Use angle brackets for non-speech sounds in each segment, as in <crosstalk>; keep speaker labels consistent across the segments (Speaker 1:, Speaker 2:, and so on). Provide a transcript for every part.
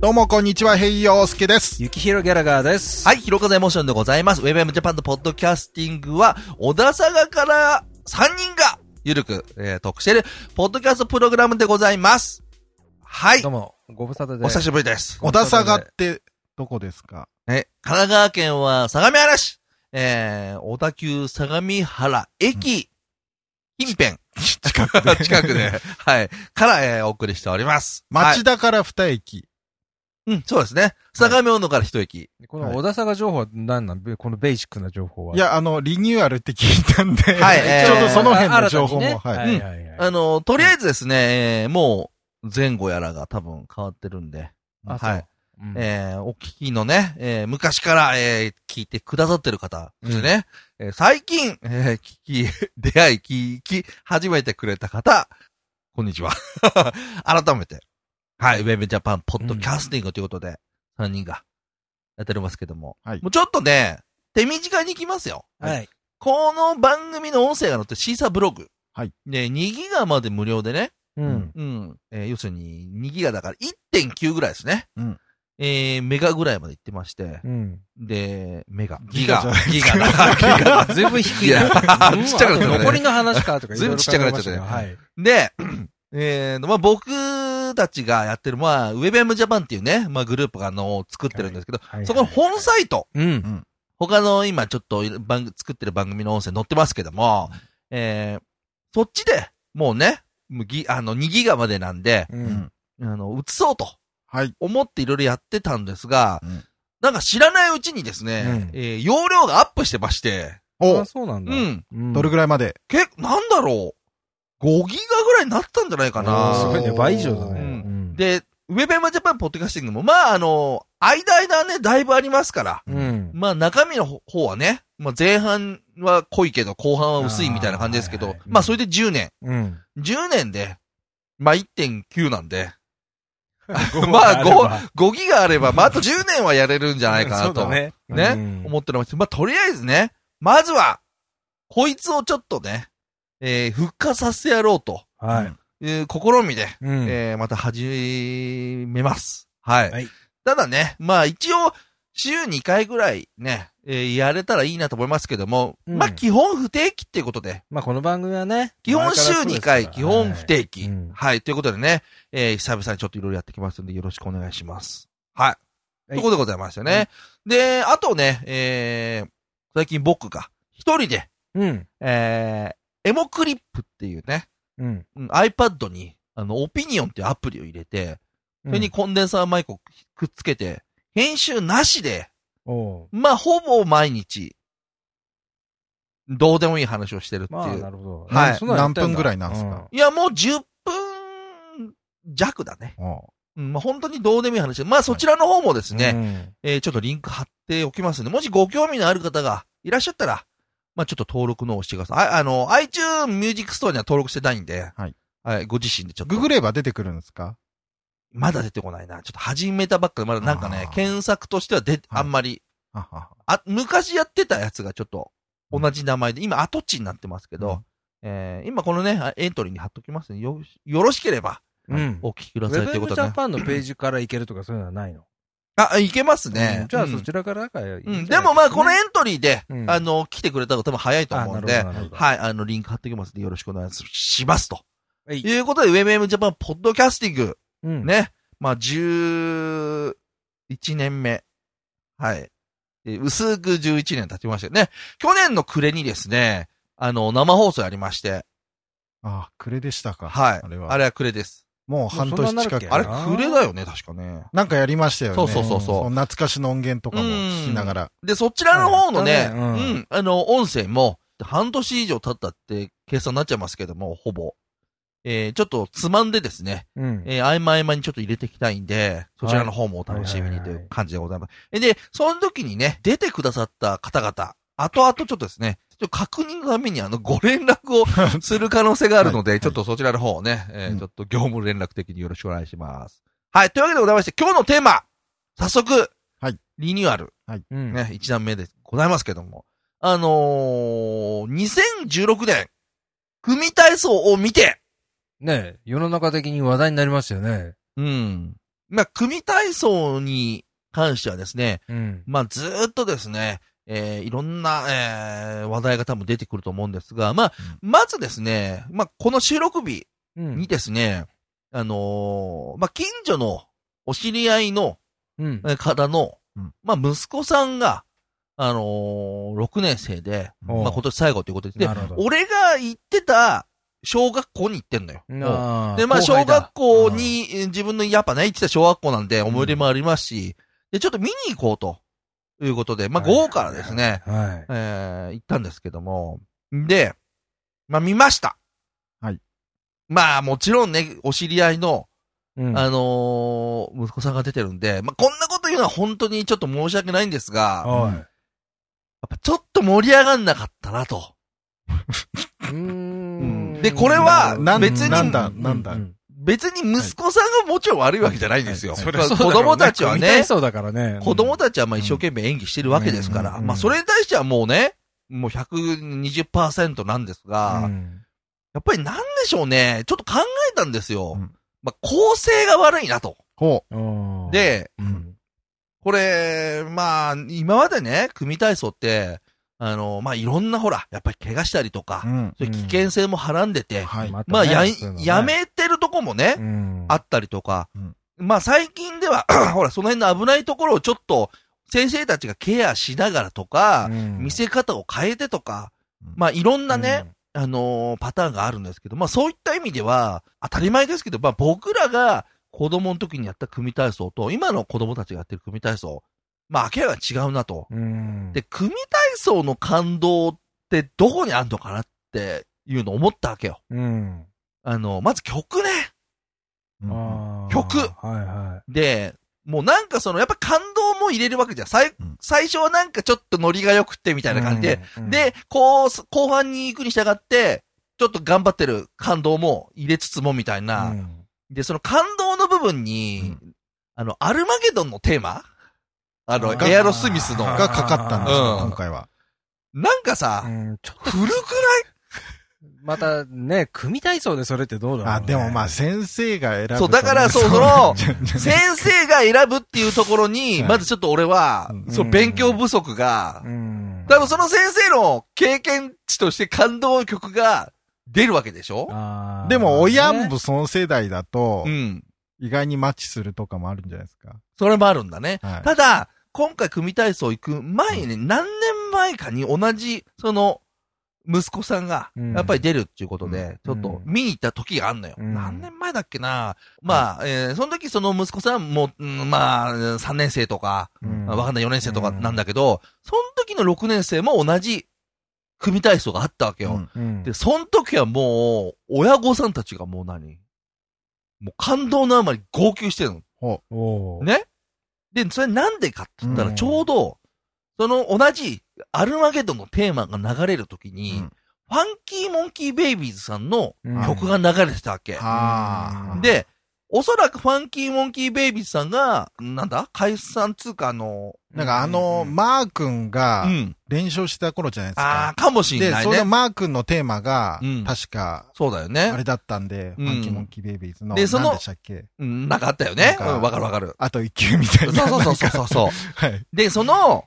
Speaker 1: どうもこんにちは、ヘイヨースケです。
Speaker 2: ゆきひろギャラガーです。
Speaker 3: はい、ひろかぜモーションでございます。ウェブエムジャパンのポッドキャスティングは、小田坂から3人が、ゆるく、えー、トークしている、ポッドキャストプログラムでございます。はい
Speaker 2: どう、も、ご無沙汰で。
Speaker 3: お久しぶりです。
Speaker 1: 小田坂って、どこですか
Speaker 3: え、神奈川県は相模原市、えー、小田急相模原駅、近辺、
Speaker 1: 近くで。
Speaker 3: 近く
Speaker 2: <laughs>
Speaker 3: で、 <laughs> はい、から、えー、お送りしております。はい
Speaker 1: 町田から二駅。
Speaker 3: うん、そうですね。相模大野から一駅。
Speaker 2: この小田坂情報は何なんべこのベーシックな情報は。
Speaker 1: い、や、あの、リニューアルって聞いたんで、 <laughs>
Speaker 3: はいえー
Speaker 1: ちょうどその辺の情報も、
Speaker 2: 新た
Speaker 1: はい
Speaker 2: にね
Speaker 3: い
Speaker 2: はいはいはい。
Speaker 3: あの、とりあえずですね、えーもう、前後やらが多分変わってるんで、
Speaker 2: あ
Speaker 3: はい。
Speaker 2: うん
Speaker 3: えーお聞きのね、えー昔から、えー聞いてくださってる方、そしてね、えー最近、えー聞き、出会い、聞き、始めてくれた方、こんにちは。 <laughs> 改めて、はい、ウェブジャパンポッドキャスティングということで、3人がやっておりますけども、
Speaker 1: はい
Speaker 3: もうちょっとね、手短に行きますよ。
Speaker 2: はい。
Speaker 3: この番組の音声が載ってるシーサーブログ。
Speaker 1: はい。
Speaker 3: ね、2ギガまで無料でね、
Speaker 2: うんん。
Speaker 3: うん。えー要するに、2ギガだから1.9ぐらいですね。
Speaker 1: うん
Speaker 3: えーメガぐらいまで行ってまして、
Speaker 2: うん。
Speaker 3: で、メガ。
Speaker 1: ギガじゃない
Speaker 3: ギガだ。ギガだ。
Speaker 2: ずいぶん低いな。
Speaker 3: いや
Speaker 2: うん
Speaker 3: ちっちゃくなっちゃったね
Speaker 2: 残りの話かとか
Speaker 3: ずいぶんちっちゃくなっちゃったね
Speaker 2: いろいろ考えまし
Speaker 3: で、えー、まあ、僕たちがやってる、まあ、ウェブ m ジャパンっていうね、まあ、グループがあの、作ってるんですけど、
Speaker 2: はいはい
Speaker 3: そこの本サイト、
Speaker 2: うん。
Speaker 3: 他の今ちょっと番組作ってる番組の音声載ってますけども、えー、そっちで、もうね、もうギあの、2ギガまでなんで、
Speaker 2: う。
Speaker 1: うんん
Speaker 3: あの、移そうと。
Speaker 1: はい。
Speaker 3: 思っていろいろやってたんですが、
Speaker 1: うん
Speaker 3: なんか知らないうちにですね、
Speaker 2: うん
Speaker 3: えー容量がアップしてまして、
Speaker 1: お
Speaker 2: あ、そうなんだ
Speaker 3: う。ん。
Speaker 2: うん
Speaker 1: どれぐらいまで、
Speaker 3: け、なんだろう。5ギガぐらいになったんじゃないか
Speaker 2: おーす
Speaker 3: な。
Speaker 2: ごいね。倍以上だね。
Speaker 1: うん
Speaker 2: うん
Speaker 3: で、ウェブエムジャパンポッドキャスティングも、まあ、あの、間間ね、だいぶありますから、
Speaker 2: うん。
Speaker 3: まあ、中身の方はね、まあ、前半は濃いけど、後半は薄いみたいな感じですけ
Speaker 2: あー
Speaker 3: ど
Speaker 2: はい、はい
Speaker 3: まあ、それで10年。
Speaker 2: うん。
Speaker 3: 10年で、まあ、1.9なんで、
Speaker 2: <laughs> まあ
Speaker 3: ご5ギガあれば、まあ、あと10年はやれるんじゃないかなと。
Speaker 2: <laughs> そうだね。
Speaker 3: ね、
Speaker 2: うん
Speaker 3: 思っております。まあ、とりあえずね、まずは、こいつをちょっとね、えー復活させてやろうと
Speaker 2: はい。
Speaker 3: いう試みで、
Speaker 2: うん
Speaker 3: えーまた始めます。はい。
Speaker 2: はい
Speaker 3: ただね、まあ一応、週2回ぐらいね、えーやれたらいいなと思いますけども、
Speaker 2: うん
Speaker 3: まあ基本不定期っていうことで、
Speaker 2: まあこの番組はね。
Speaker 3: 基本週2回、基
Speaker 2: 前から
Speaker 3: 本
Speaker 2: そうです
Speaker 3: 不
Speaker 2: から
Speaker 3: 定期。
Speaker 2: は
Speaker 3: はいい、
Speaker 2: うん
Speaker 3: ということでね、えー久々にちょっといろいろやってきますんで、よろしくお願いします。はい。
Speaker 2: は
Speaker 3: と
Speaker 2: い
Speaker 3: いうことでございましたね。で、あとね、えー、最近僕が、一人で、
Speaker 2: うん。
Speaker 3: えー、エモクリップっていうね、
Speaker 2: うん。
Speaker 3: うん iPad に、あの、オピニオンっていうアプリを入れて、それにコンデンサーマイクをくっつけて、編集なしで、
Speaker 2: おう
Speaker 3: まあ、ほぼ毎日、どうでもいい話をしてるっていう。
Speaker 2: まあ、なるほど。
Speaker 3: はい
Speaker 2: そんなのやってだ
Speaker 1: 何分ぐらいなんすか
Speaker 3: いや、もう10分弱だね。
Speaker 1: お
Speaker 3: うん、まあ、本当にどうでもいい話。まあ、そちらの方もですね、
Speaker 2: ね。
Speaker 3: えーちょっとリンク貼っておきますんで、もしご興味のある方がいらっしゃったら、まあ、ちょっと登録の方をしてください。ああの、iTunes Music Store には登録してないんで、
Speaker 1: はい。
Speaker 3: はい、ご自身でちょっと。
Speaker 1: ググれば出てくるんですか
Speaker 3: まだ出てこないな。ちょっと始めたばっかで、まだなんかね
Speaker 1: あー、
Speaker 3: 検索としてはで、
Speaker 1: はい
Speaker 3: あんまり、
Speaker 1: はは
Speaker 3: あ、昔やってたやつがちょっと、同じ名前で、今、跡地になってますけど、えー今このね、あエントリーに貼っときますんで、よ、よろしければ、
Speaker 2: うん。
Speaker 3: お聞きくだ
Speaker 2: ウ
Speaker 3: さい
Speaker 2: ェ
Speaker 3: というこ
Speaker 2: ブ
Speaker 3: と
Speaker 2: ジ
Speaker 3: で
Speaker 2: ャ
Speaker 3: ね。
Speaker 2: パンのページから行けるとかそういうのはないの
Speaker 3: あ、いけますね
Speaker 2: う。んじゃあ
Speaker 3: うん
Speaker 2: そちらからがいいんじ
Speaker 3: う
Speaker 2: ゃない
Speaker 3: ん、でもまあ、このエ
Speaker 2: で
Speaker 3: ントリーで、
Speaker 2: うん
Speaker 3: あの、来てくれた方が多分早いと
Speaker 2: すかね
Speaker 3: 思うん
Speaker 2: あ
Speaker 3: で
Speaker 2: な、るほどなるほど
Speaker 3: はい、あの、リンク貼っておきますんで、よろしくお願いします。と
Speaker 2: はい
Speaker 3: いうことで、ウェブ m ジャパンポッドキャスティング、
Speaker 2: うん。
Speaker 3: ね、まあ、11年目。はい。えー薄く11年経ちましたよね。去年の暮れにですね、あの、生放送やりまして、
Speaker 1: あ、暮れでしたか。
Speaker 3: はい。
Speaker 1: あ
Speaker 3: あ
Speaker 1: れ
Speaker 3: れ
Speaker 1: は
Speaker 3: は暮れです。
Speaker 1: もう半年近
Speaker 2: もうそんなになるっ
Speaker 1: く。
Speaker 2: け
Speaker 3: あれ暮れだよね、確かね。
Speaker 1: なんかやりましたよね。
Speaker 3: そうそうそうそう
Speaker 1: の懐かしの音源とかも聞きながら。
Speaker 3: で、そちらの方のね、
Speaker 2: う
Speaker 3: うんん、あの、音声も、半年以上経ったって計算になっちゃいますけども、ほぼ。えー、ちょっとつまんでですね、
Speaker 2: うん。
Speaker 3: えー、合間合間にちょっと入れていきたいんで、そちらの方もお楽しみにという感じでございます。で、その時にね、出てくださった方々、後々ちょっとですね、ちょっと確認のためにあの、ご連絡をする可能性があるので、ちょっとそちらの方をね、え
Speaker 1: う
Speaker 3: ー
Speaker 1: ん
Speaker 3: ちょっと業務連絡的によろしくお願いします。はい、というわけでございまして、今日のテーマ、早速、
Speaker 1: はい
Speaker 3: リニューアル、
Speaker 2: うん。
Speaker 3: ね、一段目でございますけども、あのー、2016年、組体操を見て、
Speaker 2: ね世の中的に話題になりましたよね。
Speaker 3: うん。まあ、組体操に関してはですね、
Speaker 2: うん。
Speaker 3: まあ、ずーっとですね、えーいろんな、えー話題が多分出てくると思うんですが、まあ、まずですね、まあ、この収録日
Speaker 2: うん
Speaker 3: にですね、あのーまあ、近所のお知り合いの
Speaker 2: うん。
Speaker 3: えー方の、
Speaker 1: うん
Speaker 3: まあ、息子さんが、あのー、6年生で、
Speaker 2: おう
Speaker 3: まあ、今年最後ということで、で
Speaker 2: なるほど
Speaker 3: 俺が行ってた小学校に行ってんのよ。
Speaker 2: なあ
Speaker 3: で、まあ、
Speaker 2: 後
Speaker 3: 小
Speaker 2: 輩だ
Speaker 3: 学校に、えー自分のやっぱね、行ってた小学校なんで、思い出もありますし、で、ちょっと見に行こうと、いうことで、まあ、
Speaker 2: はい
Speaker 3: 午後からですね、
Speaker 2: うんはい。
Speaker 3: えー行ったんですけども、で、まあ、見ました。
Speaker 1: はい。
Speaker 3: まあ、もちろんね、お知り合いの、
Speaker 2: うん
Speaker 3: あのー息子さんが出てるんで、まあ、こんなこと言うのは本当にちょっと申し訳ないんですが、やっ
Speaker 2: は
Speaker 3: ぱちょっと盛り上がんなかったなと。
Speaker 2: い。うん
Speaker 3: でこれは
Speaker 1: なん
Speaker 3: 別に
Speaker 1: なんだ、なんだ。
Speaker 3: 別に息子さんがもちろん悪いわけじゃないんですよ。
Speaker 1: はい
Speaker 2: そり
Speaker 3: ま
Speaker 2: ゃ
Speaker 3: あ
Speaker 2: そうだろ
Speaker 3: 子
Speaker 2: うね
Speaker 3: 供たちは
Speaker 2: 組体
Speaker 3: ね、
Speaker 2: 操だからね。
Speaker 3: 子供
Speaker 2: た
Speaker 3: たちはまあ一生懸命演技してるわけですから、
Speaker 2: うん
Speaker 3: まあそれに対してはもうね、もう120%なんですが、やっぱりなんでしょうね、ちょっと考えたんですよ。
Speaker 1: うん
Speaker 3: まあ構成が悪いなと。
Speaker 1: ほ
Speaker 3: で、
Speaker 2: うん、
Speaker 3: これ、まあ、今までね、組体操って、あの、まあ、いろんなほら、やっぱり怪我したりとか
Speaker 1: う。う、ん。
Speaker 3: そういう危険性もはらんでて、
Speaker 1: はい。
Speaker 3: まあ、や、
Speaker 2: そういうのね
Speaker 3: や、めてるとこもね、
Speaker 2: うん
Speaker 3: あったりとか、
Speaker 1: うん
Speaker 3: まあ、最近では、 <clears throat> ほら、その辺の危ないところをちょっと、先生たちがケアしながらとか、
Speaker 2: うん
Speaker 3: 見せ方を変えてとか
Speaker 1: うん、
Speaker 3: まあ、いろんなね、、あのーパターンがあるんですけど、まあそういった意味では、当たり前ですけど、まあ僕らが子供の時にやった組体操と、今の子供たちがやってる組体操、まあ明らかに違うなと。
Speaker 2: うん、
Speaker 3: で、組体操の感動ってどこにあんのかなっていうのを思ったわけよ。
Speaker 2: うん、
Speaker 3: あの、まず曲ね。
Speaker 1: うん
Speaker 2: あー
Speaker 3: 曲
Speaker 2: はいは
Speaker 3: で、もうなんかその、やっぱ感動も入れるわけじゃん。最
Speaker 1: うん、
Speaker 3: 最初はなんかちょっとノリが良くってみたいな感じで、
Speaker 2: うん、うん、
Speaker 3: で、こう、後半に行くに従って、ちょっと頑張ってる感動も入れつつもみたいな、
Speaker 2: うん
Speaker 3: で、その感動の部分に、あの、アルマゲドンのテーマあの、
Speaker 2: あー
Speaker 3: エアロスミスの。
Speaker 2: あー
Speaker 1: がかかったんです
Speaker 3: う、
Speaker 1: よ
Speaker 3: ん
Speaker 1: 今回は。
Speaker 3: なんかさ、
Speaker 2: うんちょっと、
Speaker 3: 古くない
Speaker 2: またね、組体操でそれってどうだろう、ね、
Speaker 1: あ、でもまあ、先生が選ぶとね。
Speaker 3: そうだからそう <laughs> 先生が選ぶっていうところ
Speaker 2: <laughs>
Speaker 3: に、
Speaker 1: はい
Speaker 3: まずちょっと俺は、
Speaker 1: うん
Speaker 3: そう、勉強不足が、
Speaker 2: うん、
Speaker 3: 多分その先生の経験値として感動曲が出るわけでしょ
Speaker 2: あー
Speaker 1: でも、親
Speaker 2: ね
Speaker 1: もその世代だと
Speaker 3: う、ん。
Speaker 1: 意外にマッチするとかもあるんじゃないですか。
Speaker 3: それもあるんだね。
Speaker 1: はい
Speaker 3: ただ、今回組体操行く前にね、何年前かに同じ、その、息子さんが、
Speaker 2: うん
Speaker 3: やっぱり出るっていうことで、
Speaker 2: うん
Speaker 3: ちょっと見に行った時があんのよ。
Speaker 2: うん
Speaker 3: 何年前だっけなまあ、えーその時その息子さんも、うんまあ、3年生とか、
Speaker 2: うん
Speaker 3: わかんない4年生とかなんだけど、その時の6年生も同じ組体操があったわけよ。
Speaker 1: うん
Speaker 2: うん、
Speaker 3: で、その時はもう、親御さんたちがもう何もう感動のあまり号泣してるの。
Speaker 2: おー
Speaker 3: ねで、それなんでかって言ったら、
Speaker 2: うん
Speaker 3: ちょうど、その同じアルマゲドンのテーマが流れるときに、
Speaker 1: うん
Speaker 3: ファンキーモンキーベイビーズさんの
Speaker 2: うん
Speaker 3: 曲が流れてたわけ。
Speaker 1: ああ。、
Speaker 3: で、おそらくファンキーモンキーベイビーズさんが、なんだ解散通貨の、
Speaker 1: なんかあの、
Speaker 2: うん
Speaker 1: マー君
Speaker 3: う
Speaker 1: が
Speaker 3: ん。
Speaker 1: 練習した頃じゃないです
Speaker 3: あ
Speaker 1: か。
Speaker 3: あ、かもしれ
Speaker 1: で、
Speaker 3: ない
Speaker 1: その
Speaker 3: ね。
Speaker 1: マー君のテーマが
Speaker 3: うん、
Speaker 1: 確か、
Speaker 3: そうだよ
Speaker 1: あ
Speaker 3: ね。
Speaker 1: れだったんで、
Speaker 3: うん
Speaker 1: ファンキーモンキーベイビーズの、
Speaker 3: でその
Speaker 1: 何でしたっけ
Speaker 3: うん、なんかあったよ
Speaker 1: な
Speaker 3: ね
Speaker 1: ん。
Speaker 3: う
Speaker 1: か
Speaker 3: ん、わかるわかる。
Speaker 1: あと一級みたい
Speaker 3: そう
Speaker 1: な。
Speaker 3: そうそうそう
Speaker 1: なんか
Speaker 3: そうそう。
Speaker 1: はい。
Speaker 3: で、その、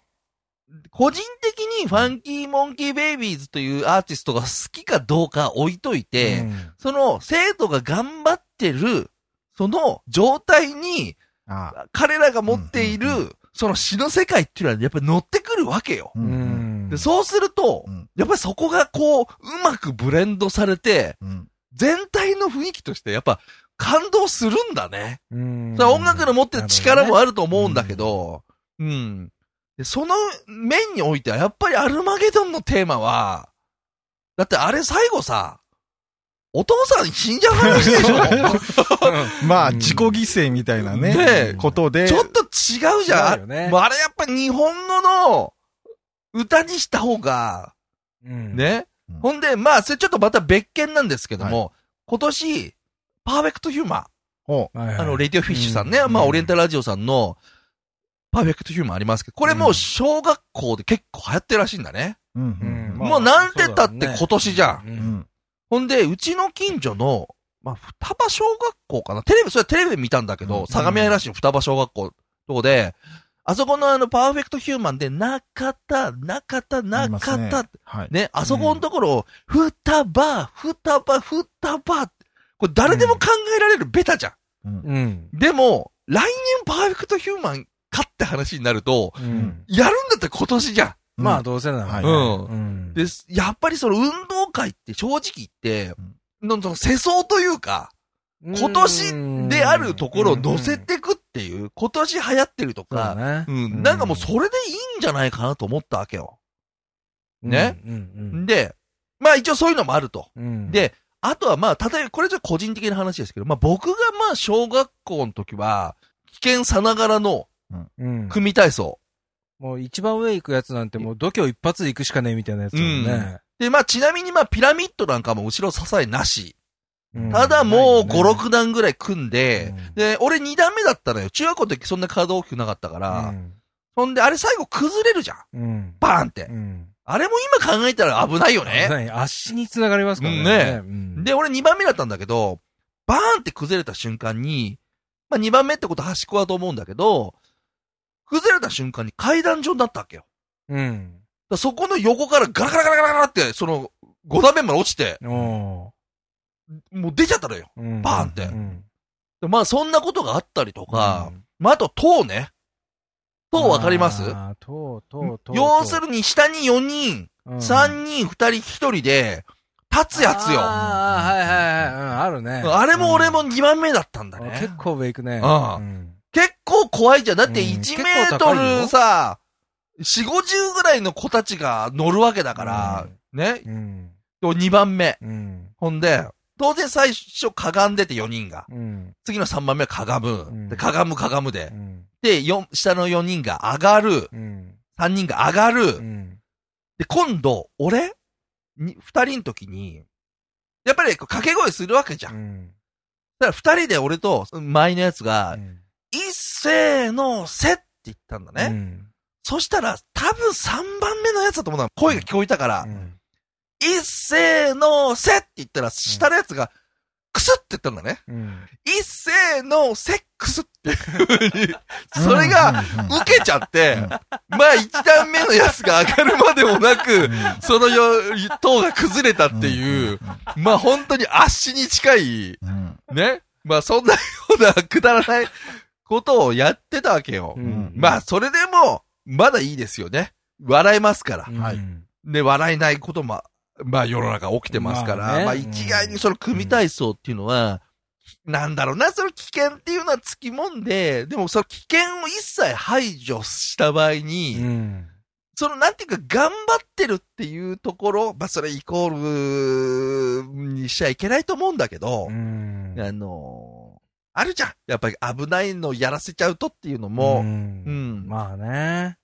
Speaker 3: 個人的にファンキーモンキーベイビーズというアーティストが好きかどうか置いといて、
Speaker 2: うん
Speaker 3: その生徒が頑張ってる、その状態に、
Speaker 1: <laughs> ああ。
Speaker 3: 彼らが持っている
Speaker 1: うんう、
Speaker 3: その詩の世界っていうのはやっぱり乗ってくるわけよ。
Speaker 1: う。
Speaker 2: うんん、
Speaker 3: でそうすると
Speaker 1: うん、
Speaker 3: やっぱりそこがこう、うまくブレンドされて、
Speaker 1: うん。
Speaker 3: 全体の雰囲気としてやっぱ感動するんだね。
Speaker 2: うん、
Speaker 3: それは音楽の持ってる力も
Speaker 2: あ
Speaker 3: あると思うんだけど、うん。でその面においては、やっぱりアルマゲドンのテーマは、だってあれ最後さ、お父さん死んじゃう話でしょ
Speaker 1: まあ、
Speaker 2: うん
Speaker 1: 自己犠牲みたいな
Speaker 3: ね
Speaker 1: ね
Speaker 2: え、
Speaker 1: ことで
Speaker 3: ち、ょっと違うじゃん。
Speaker 2: 違うよね
Speaker 3: もうあれやっぱ日本語の歌にした方が、
Speaker 2: うん、
Speaker 3: ね。
Speaker 1: うん
Speaker 3: ほんで、まあ、それちょっとまた別件なんですけども、今年、パーフェクトヒューマン、
Speaker 1: ほ
Speaker 2: はいはい、
Speaker 3: あの、レディオフィッシュさんね、
Speaker 2: うん
Speaker 3: まあ、オリエンタルラジオさんの、パーフェクトヒューマンありますけど、これもう小学校で結構流行ってるらしいんだね。
Speaker 1: う。うん
Speaker 2: うん
Speaker 1: ん。
Speaker 2: まあ
Speaker 3: もうなんてったって
Speaker 2: そうだね
Speaker 3: 今年じゃん
Speaker 2: う
Speaker 1: うんん。
Speaker 3: ほんで、うちの近所のまあ、双葉小学校かな。テレビ、それはテレビで見たんだけど、
Speaker 2: うん
Speaker 3: 相模原市の双葉小学校とこで、あそこのあの、パーフェクトヒューマンで、中田、中田、
Speaker 1: ありま
Speaker 3: 中
Speaker 1: す
Speaker 3: 田、
Speaker 1: ね
Speaker 3: ね
Speaker 1: はい。
Speaker 3: あそこのところを、双葉、双葉、双葉って、これ誰でも考えられるベタじゃん。
Speaker 1: うん
Speaker 2: うん。
Speaker 3: でも、来年パーフェクトヒューマンかって話になると、
Speaker 2: うんん。
Speaker 3: やるんだったら今年じゃん。
Speaker 2: まあ、どうせなら。
Speaker 1: はい
Speaker 3: うん
Speaker 2: うん。
Speaker 3: です。やっぱりその運動会って正直言って
Speaker 1: うん、
Speaker 3: のの世相というか、今年であるところを乗せてくっていう、今年流行ってると
Speaker 2: うんそう
Speaker 3: か、
Speaker 2: だね
Speaker 3: うん、なんかもうそれでいいんじゃないかなと思ったわけよ。ね。
Speaker 2: うんうん
Speaker 3: で、まあ一応そういうのもあると。
Speaker 2: うん。うん、
Speaker 3: で、あとはまあ、例えばこれちょっと個人的な話ですけど、まあ僕がまあ小学校の時は、危険さながらの
Speaker 2: うん。
Speaker 3: 組体操。
Speaker 2: もう一番上行くやつなんてもう度胸一発で行くしかねえみたいなやつだもんね。
Speaker 3: で、まあちなみにまあピラミッドなんかも後ろ支えなし。
Speaker 2: うん
Speaker 3: ただもう5、、6段ぐらい組んで、
Speaker 2: うん
Speaker 3: で、俺2段目だったのよ。中学校の時そんな体大きくなかったから。そんで、あれ最後崩れるじゃん。
Speaker 2: うん。うん。
Speaker 3: バーンって
Speaker 2: う。ん。
Speaker 3: あれも今考えたら危ないよね。
Speaker 2: ね足につながりますからね。うん
Speaker 3: で、俺2番目だったんだけど、バーンって崩れた瞬間に、まあ2番目ってことは端っこだと思うんだけど、崩れた瞬間に階段状になったわけよ。だか
Speaker 2: うん。
Speaker 3: らそこの横からガラガラガラガラガラって、その5段目まで落ちて、
Speaker 2: お
Speaker 3: もう出ちゃったのよ。
Speaker 2: ーうん
Speaker 3: バーンって
Speaker 2: うん
Speaker 3: でまあそんなことがあったりとか、まああと塔ね。塔わかります
Speaker 2: あーとうとうとう。
Speaker 3: 要するに下に4人、
Speaker 2: に
Speaker 3: 3人、2人、1人で、立つやつよ。あ
Speaker 2: ああ、はいはいはい。うん、あるね。
Speaker 3: れも俺も
Speaker 2: うん、
Speaker 3: 2番目だったんだ
Speaker 2: あ
Speaker 3: ね
Speaker 2: 結。構上行くね。
Speaker 3: ああ
Speaker 2: うん
Speaker 3: 結構怖いじゃん。だって
Speaker 2: うん
Speaker 3: 1
Speaker 2: 結
Speaker 3: メー
Speaker 2: 構
Speaker 3: ト
Speaker 2: 高いよ
Speaker 3: ルさ、4、50ぐらいの子たちが乗るわけだから、ね。
Speaker 2: うん。
Speaker 3: 2番目。
Speaker 2: うん。
Speaker 3: ほんで、当然最初かがんでて4人が。
Speaker 2: うん。
Speaker 3: 次の3番目はかがむ。
Speaker 2: ん
Speaker 3: でかがむかがむで
Speaker 2: う。ん。
Speaker 3: で、よん下の4人が上がる。
Speaker 2: うん。
Speaker 3: 3人が上がる。
Speaker 2: うん。
Speaker 3: で、今度、俺、に、二人の時に、やっぱりこう掛け声するわけじゃん。
Speaker 2: うん
Speaker 3: だから二人で俺と、前のやつが、一斉のせって言ったんだね。
Speaker 2: うん
Speaker 3: そしたら、多分三番目のやつだと思うんだ。声が聞こえたから、
Speaker 2: うん
Speaker 3: 一斉のせって言ったら、下のやつが、くすって言ったんだね。
Speaker 2: うん。
Speaker 3: 一斉のせっくすっていう風に、それが、受けちゃって、まあ一段目のやつが上がるまでもな
Speaker 1: う
Speaker 3: く
Speaker 1: ん、、
Speaker 3: そのよ、塔が崩れたっていう、まあ本当に圧死に近い、
Speaker 1: うん。うん
Speaker 3: ね。まあそんなようなくだらないことをやってたわけよ
Speaker 2: う。
Speaker 1: ん
Speaker 3: まあそれでも、まだいいですよね。笑えますから。
Speaker 1: はい
Speaker 2: うん
Speaker 3: ね、笑えないことも、まあ世の中起きてますから。ま
Speaker 2: ま
Speaker 3: あ,、
Speaker 2: あね
Speaker 3: 一概にその組体操っていうのは、なんだろうな、その危険っていうのはつきもんで、でもその危険を一切排除した場合に、
Speaker 2: うん。
Speaker 3: その、なんていうか、頑張ってるっていうところ、まあ、それイコールにしちゃいけないと思うんだけど、
Speaker 2: うん
Speaker 3: あのーあるじゃん。やっぱり危ないのやらせちゃうとっていうのも、
Speaker 2: ん
Speaker 3: うん
Speaker 2: まあね。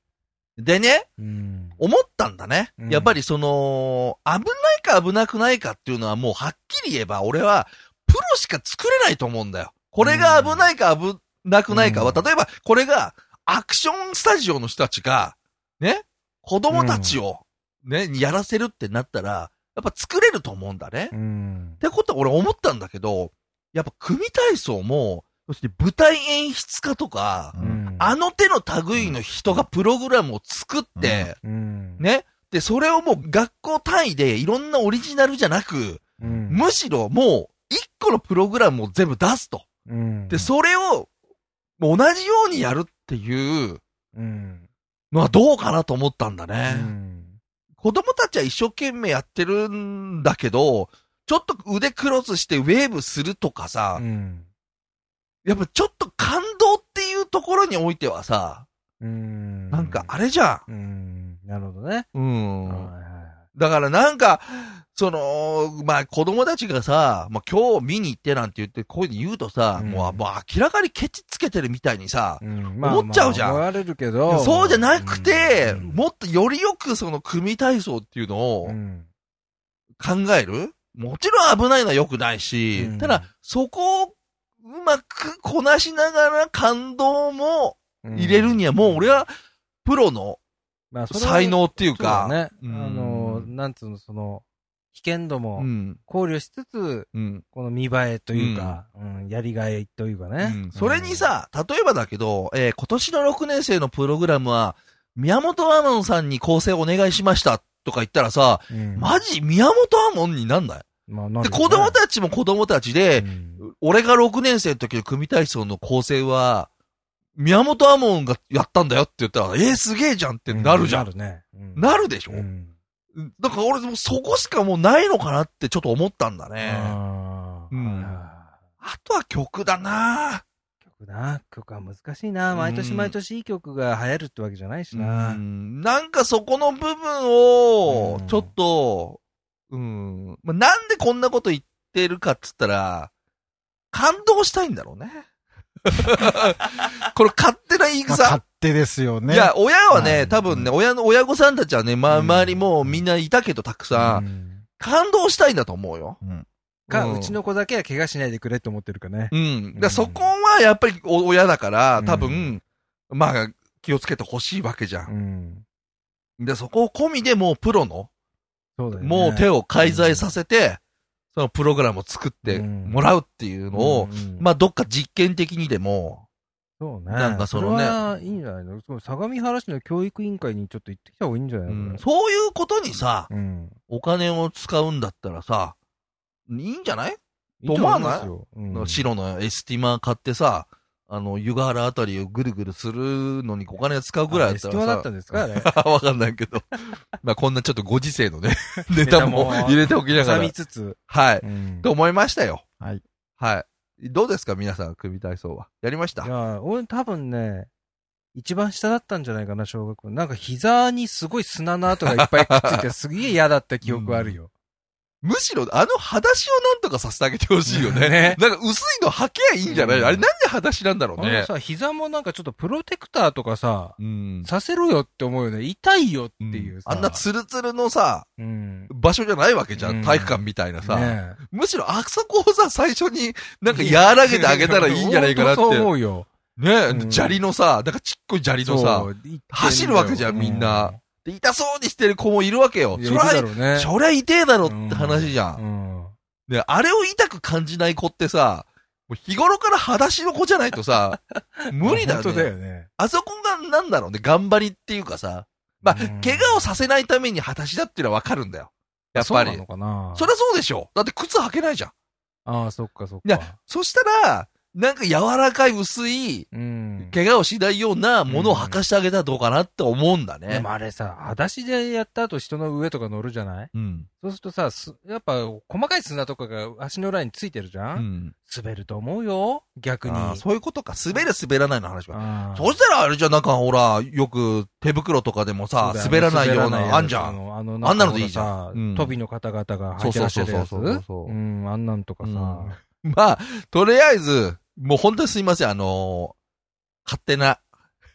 Speaker 3: でね、
Speaker 2: うん。
Speaker 3: 思ったんだね。
Speaker 2: うん
Speaker 3: やっぱりその、危ないか危なくないかっていうのはもうはっきり言えば、俺は、プロしか作れないと思うんだよ。これが危ないか危なくないかは、
Speaker 2: うん
Speaker 3: 例えば、これが、アクションスタジオの人たちが、ね、子供たちを、ね、やらせるってなったら、やっぱ作れると思うんだね。っ
Speaker 2: うん。
Speaker 3: てことは俺思ったんだけど、やっぱ組体操も、そして舞台演出家とか、
Speaker 2: うん
Speaker 3: あの手の類の人がプログラムを作って、
Speaker 2: うん。
Speaker 3: ね。で、それをもう学校単位でいろんなオリジナルじゃなく、
Speaker 2: うん。
Speaker 3: むしろもう一個のプログラムを全部出すと。
Speaker 2: うん。
Speaker 3: で、それを同じようにやるっていう
Speaker 2: うん。
Speaker 3: のはどうかなと思ったんだ
Speaker 2: う
Speaker 3: ね。
Speaker 2: ん。
Speaker 3: 子供たちは一生懸命やってるんだけど、ちょっと腕クロスしてウェーブするとかさ、
Speaker 2: うん。
Speaker 3: やっぱちょっと感動っていうところにおいてはさ、
Speaker 2: うん。
Speaker 3: なんかあれじゃ
Speaker 2: うん。なるほどね。
Speaker 3: ん。うん。
Speaker 2: はいは
Speaker 3: だからなんか、その、まあ子供たちがさ、まあ今日見に行ってなんて言って、こういうの言うとさ、
Speaker 2: うん
Speaker 3: もう、もう明らかにケチつけてるみたいにさ
Speaker 2: い、うん
Speaker 3: 思っちゃうじゃん
Speaker 2: まあまあ思われるけど。
Speaker 3: そうじゃなくて、
Speaker 2: うん
Speaker 3: もっとよりよくその組体操っていうのを
Speaker 2: うん
Speaker 3: 考える、もちろん危ないのは良くないし、
Speaker 2: うん
Speaker 3: ただそこをうまくこなしながら感動も入れるには、もう俺、はプロの
Speaker 2: まあ
Speaker 3: 才能っていう
Speaker 2: そう
Speaker 3: か、
Speaker 2: だね。あ
Speaker 3: うん
Speaker 2: の、なんつうの、その、危険度
Speaker 3: う
Speaker 2: も
Speaker 3: ん。
Speaker 2: 考慮しつつ、
Speaker 3: うん。
Speaker 2: この見栄えというか、うんやりがいというかね。
Speaker 3: うんそれにさ、例えばだけど、えー今年の6年生のプログラムは、宮本アモンさんに構成お願いしましたとか言ったらさ、
Speaker 2: うん、ま
Speaker 3: マジ宮本アモンになんない、
Speaker 2: あ、なん
Speaker 3: で
Speaker 2: で
Speaker 3: 子供たちも子供たちで、
Speaker 2: うん
Speaker 3: 俺が6年生の時の組体操の構成は、宮本アモンがやったんだよって言ったら、えー、すげえじゃんってなるじゃん。
Speaker 2: なるね。うん
Speaker 3: なるでしょ、
Speaker 2: うん
Speaker 3: だから俺もそこしかもうないのかなってちょっと思ったんだね。
Speaker 2: あー
Speaker 3: うん
Speaker 2: あ
Speaker 3: あとは曲だな
Speaker 2: ー曲な、曲は難しいな。毎年毎年いい曲が流行るってわけじゃないしな。
Speaker 3: うんなんかそこの部分を
Speaker 2: う、ん
Speaker 3: ちょっと、うん、まあ、なんでこんなこと言ってるかっつったら、感動したいんだろうね。これ勝手な言い
Speaker 1: まあ、
Speaker 3: 草。
Speaker 1: 勝手ですよね。
Speaker 3: いや、親はね、
Speaker 1: はい
Speaker 3: 多分ね、親の、親御さんたちはね、ま、
Speaker 2: うん
Speaker 3: 周りもみんないたけど、たくさん、
Speaker 2: うん
Speaker 3: 感動したいんだと思うよ。
Speaker 1: うん、
Speaker 2: か、
Speaker 3: うん
Speaker 2: うちの子だけは怪我しないでくれって思ってるかね。
Speaker 3: うん。だからそこはやっぱりお親だから、多分、まあ、気をつけてほしいわけじゃ。
Speaker 2: うんん。
Speaker 3: で、そこを込みでもうプロの、
Speaker 2: そうだよね。
Speaker 3: もう手を介在させて、そのプログラムを作ってもらうっていうのを、
Speaker 2: うん、うん
Speaker 3: まあ、どっか実験的にでも、
Speaker 2: そうね。
Speaker 3: なんかそのね
Speaker 2: れはいいんじゃないのその相模原市の教育委員会にちょっと行ってきた方がいいんじゃないの、これ
Speaker 3: そういうことにさ、
Speaker 2: うん。
Speaker 3: お金を使うんだったらさ、いいんじゃない
Speaker 2: いいと思いますよ。うん
Speaker 3: 白のエスティマー買ってさ、あの、湯河原あたりをぐるぐるするのにお金使うぐ <laughs> らいだった
Speaker 2: あエスティマだ
Speaker 3: ら
Speaker 2: ったんですかあれ
Speaker 3: さ、わかんないけ
Speaker 2: <laughs>
Speaker 3: ど。まあ、こんなちょっとご時世のね、ネタも
Speaker 2: ネタも
Speaker 3: 入れておきなが
Speaker 2: 挟
Speaker 3: ら
Speaker 2: み。つつ。
Speaker 3: はい。
Speaker 2: うん
Speaker 3: と思いましたよ。
Speaker 1: はい。
Speaker 3: はい。どうですか皆さん、組体操は。やりました
Speaker 2: いや、俺多分ね、一番下だったんじゃないかな、小学校。なんか膝にすごい砂の跡がいっぱいくっつ
Speaker 3: <laughs>
Speaker 2: いて、すげえ嫌だった記憶あるよ。
Speaker 3: むしろ、あの裸足をなんとかさせてあげてほしいよね。
Speaker 2: ね
Speaker 3: <laughs> なんか薄いの履けばいいんじゃない、
Speaker 2: うん
Speaker 3: あれなんで裸足なんだろう
Speaker 2: <laughs> あの
Speaker 3: ね。
Speaker 2: さ、膝もなんかちょっとプロテクターとかさ、
Speaker 3: うん。
Speaker 2: させろよって思うよね。痛いよっていうさ。
Speaker 3: あんなツルツルのさ、
Speaker 2: うん。
Speaker 3: 場所じゃないわけじゃん。
Speaker 2: うん
Speaker 3: 体育館みたいなさ。
Speaker 2: ねえ
Speaker 3: むしろあそこをさ、最初になんか和らげてあげたらいいんじゃないかなって。
Speaker 2: 本当そう思うよ。
Speaker 3: ねえ、
Speaker 2: うん
Speaker 3: 砂利のさ、なんかちっこい砂利のさ
Speaker 2: そ、う、言ってんだよ
Speaker 3: 走るわけじゃんみんな。で痛そうにしてる子もいるわけよ
Speaker 2: う。んい
Speaker 3: そ
Speaker 2: やい
Speaker 3: りゃ、
Speaker 2: るだろうね。
Speaker 3: そりゃ痛えだろって話じゃ。
Speaker 2: うんん。
Speaker 3: ね、あれを痛く感じない子ってさ、もう日頃から裸足の子じゃないとさ、無理だよ
Speaker 2: <laughs> 本当だ
Speaker 3: ね。
Speaker 2: よね。
Speaker 3: あそこがなんだろうね、頑張りっていうかさ。まあ、
Speaker 2: うん
Speaker 3: 怪我をさせないために裸足だっていうのはわかるんだよ。やっぱり。
Speaker 2: そうな
Speaker 3: そ
Speaker 2: のかな
Speaker 3: りゃそうでしょ。だって靴履けないじゃん。
Speaker 2: ああ、そっかそっ
Speaker 3: い
Speaker 2: か。
Speaker 3: そしたら、なんか柔らかい薄い、
Speaker 2: うん。
Speaker 3: 怪我をしないようなものを履かしてあげたらどうかなって思うんだ
Speaker 2: で
Speaker 3: ね。
Speaker 2: もあれさ、裸足でやった後人の上とか乗るじゃない
Speaker 3: うん。
Speaker 2: そうするとさ、すやっぱ細かい砂とかが足の裏についてるじゃ、
Speaker 3: うんん。
Speaker 2: 滑ると思うよ逆に。
Speaker 3: あーそういうことか。滑る滑らないの話か。
Speaker 2: あー
Speaker 3: そしたらあれじゃん、なんかほら、よく手袋とかでもさ、
Speaker 2: そうだ
Speaker 3: 滑らないよう
Speaker 2: 滑ら
Speaker 3: な、あんじゃ
Speaker 2: あ
Speaker 3: ん。
Speaker 2: のあ
Speaker 3: あんなのでいい
Speaker 2: い
Speaker 3: じゃんうん
Speaker 2: 飛びの方々が履いてらっしゃるやつ。
Speaker 3: そうそうそうそうそう
Speaker 2: うん、あんなんとかさ。
Speaker 3: うんまあ、とりあえず、もう本当にすいません、あのー勝手な、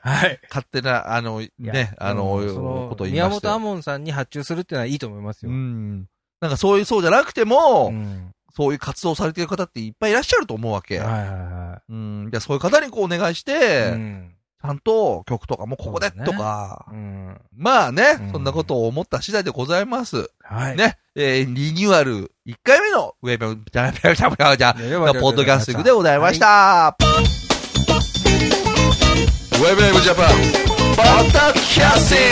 Speaker 2: はい。
Speaker 3: 勝手な、あの、
Speaker 2: や
Speaker 3: <laughs> ね、あの
Speaker 2: うんその
Speaker 3: ことを言い
Speaker 2: 宮
Speaker 3: ました。
Speaker 2: 本亞門さんに発注するってのはいいと思いますよ。
Speaker 3: うん。なんかそういう、そうじゃなくても、
Speaker 2: うん
Speaker 3: そういう活動されてる方っていっぱいいらっしゃると思うわけ。
Speaker 2: はいはいは
Speaker 3: うん。じゃあそういう方にこうお願いし
Speaker 2: い。
Speaker 3: て、
Speaker 2: うん
Speaker 3: ちゃんと曲とかもここで
Speaker 2: そうだね
Speaker 3: とか、
Speaker 2: うん
Speaker 3: まあね、
Speaker 2: うん
Speaker 3: そんなことを思った次第でございます。
Speaker 2: はい。
Speaker 3: ね、えーリニューアル1回目のウェブ、じゃじゃじゃじゃじゃ
Speaker 2: で
Speaker 3: の
Speaker 2: は
Speaker 3: ポッドキャスティングでございました。ウェブウェブジャパン、ポッドキャスティング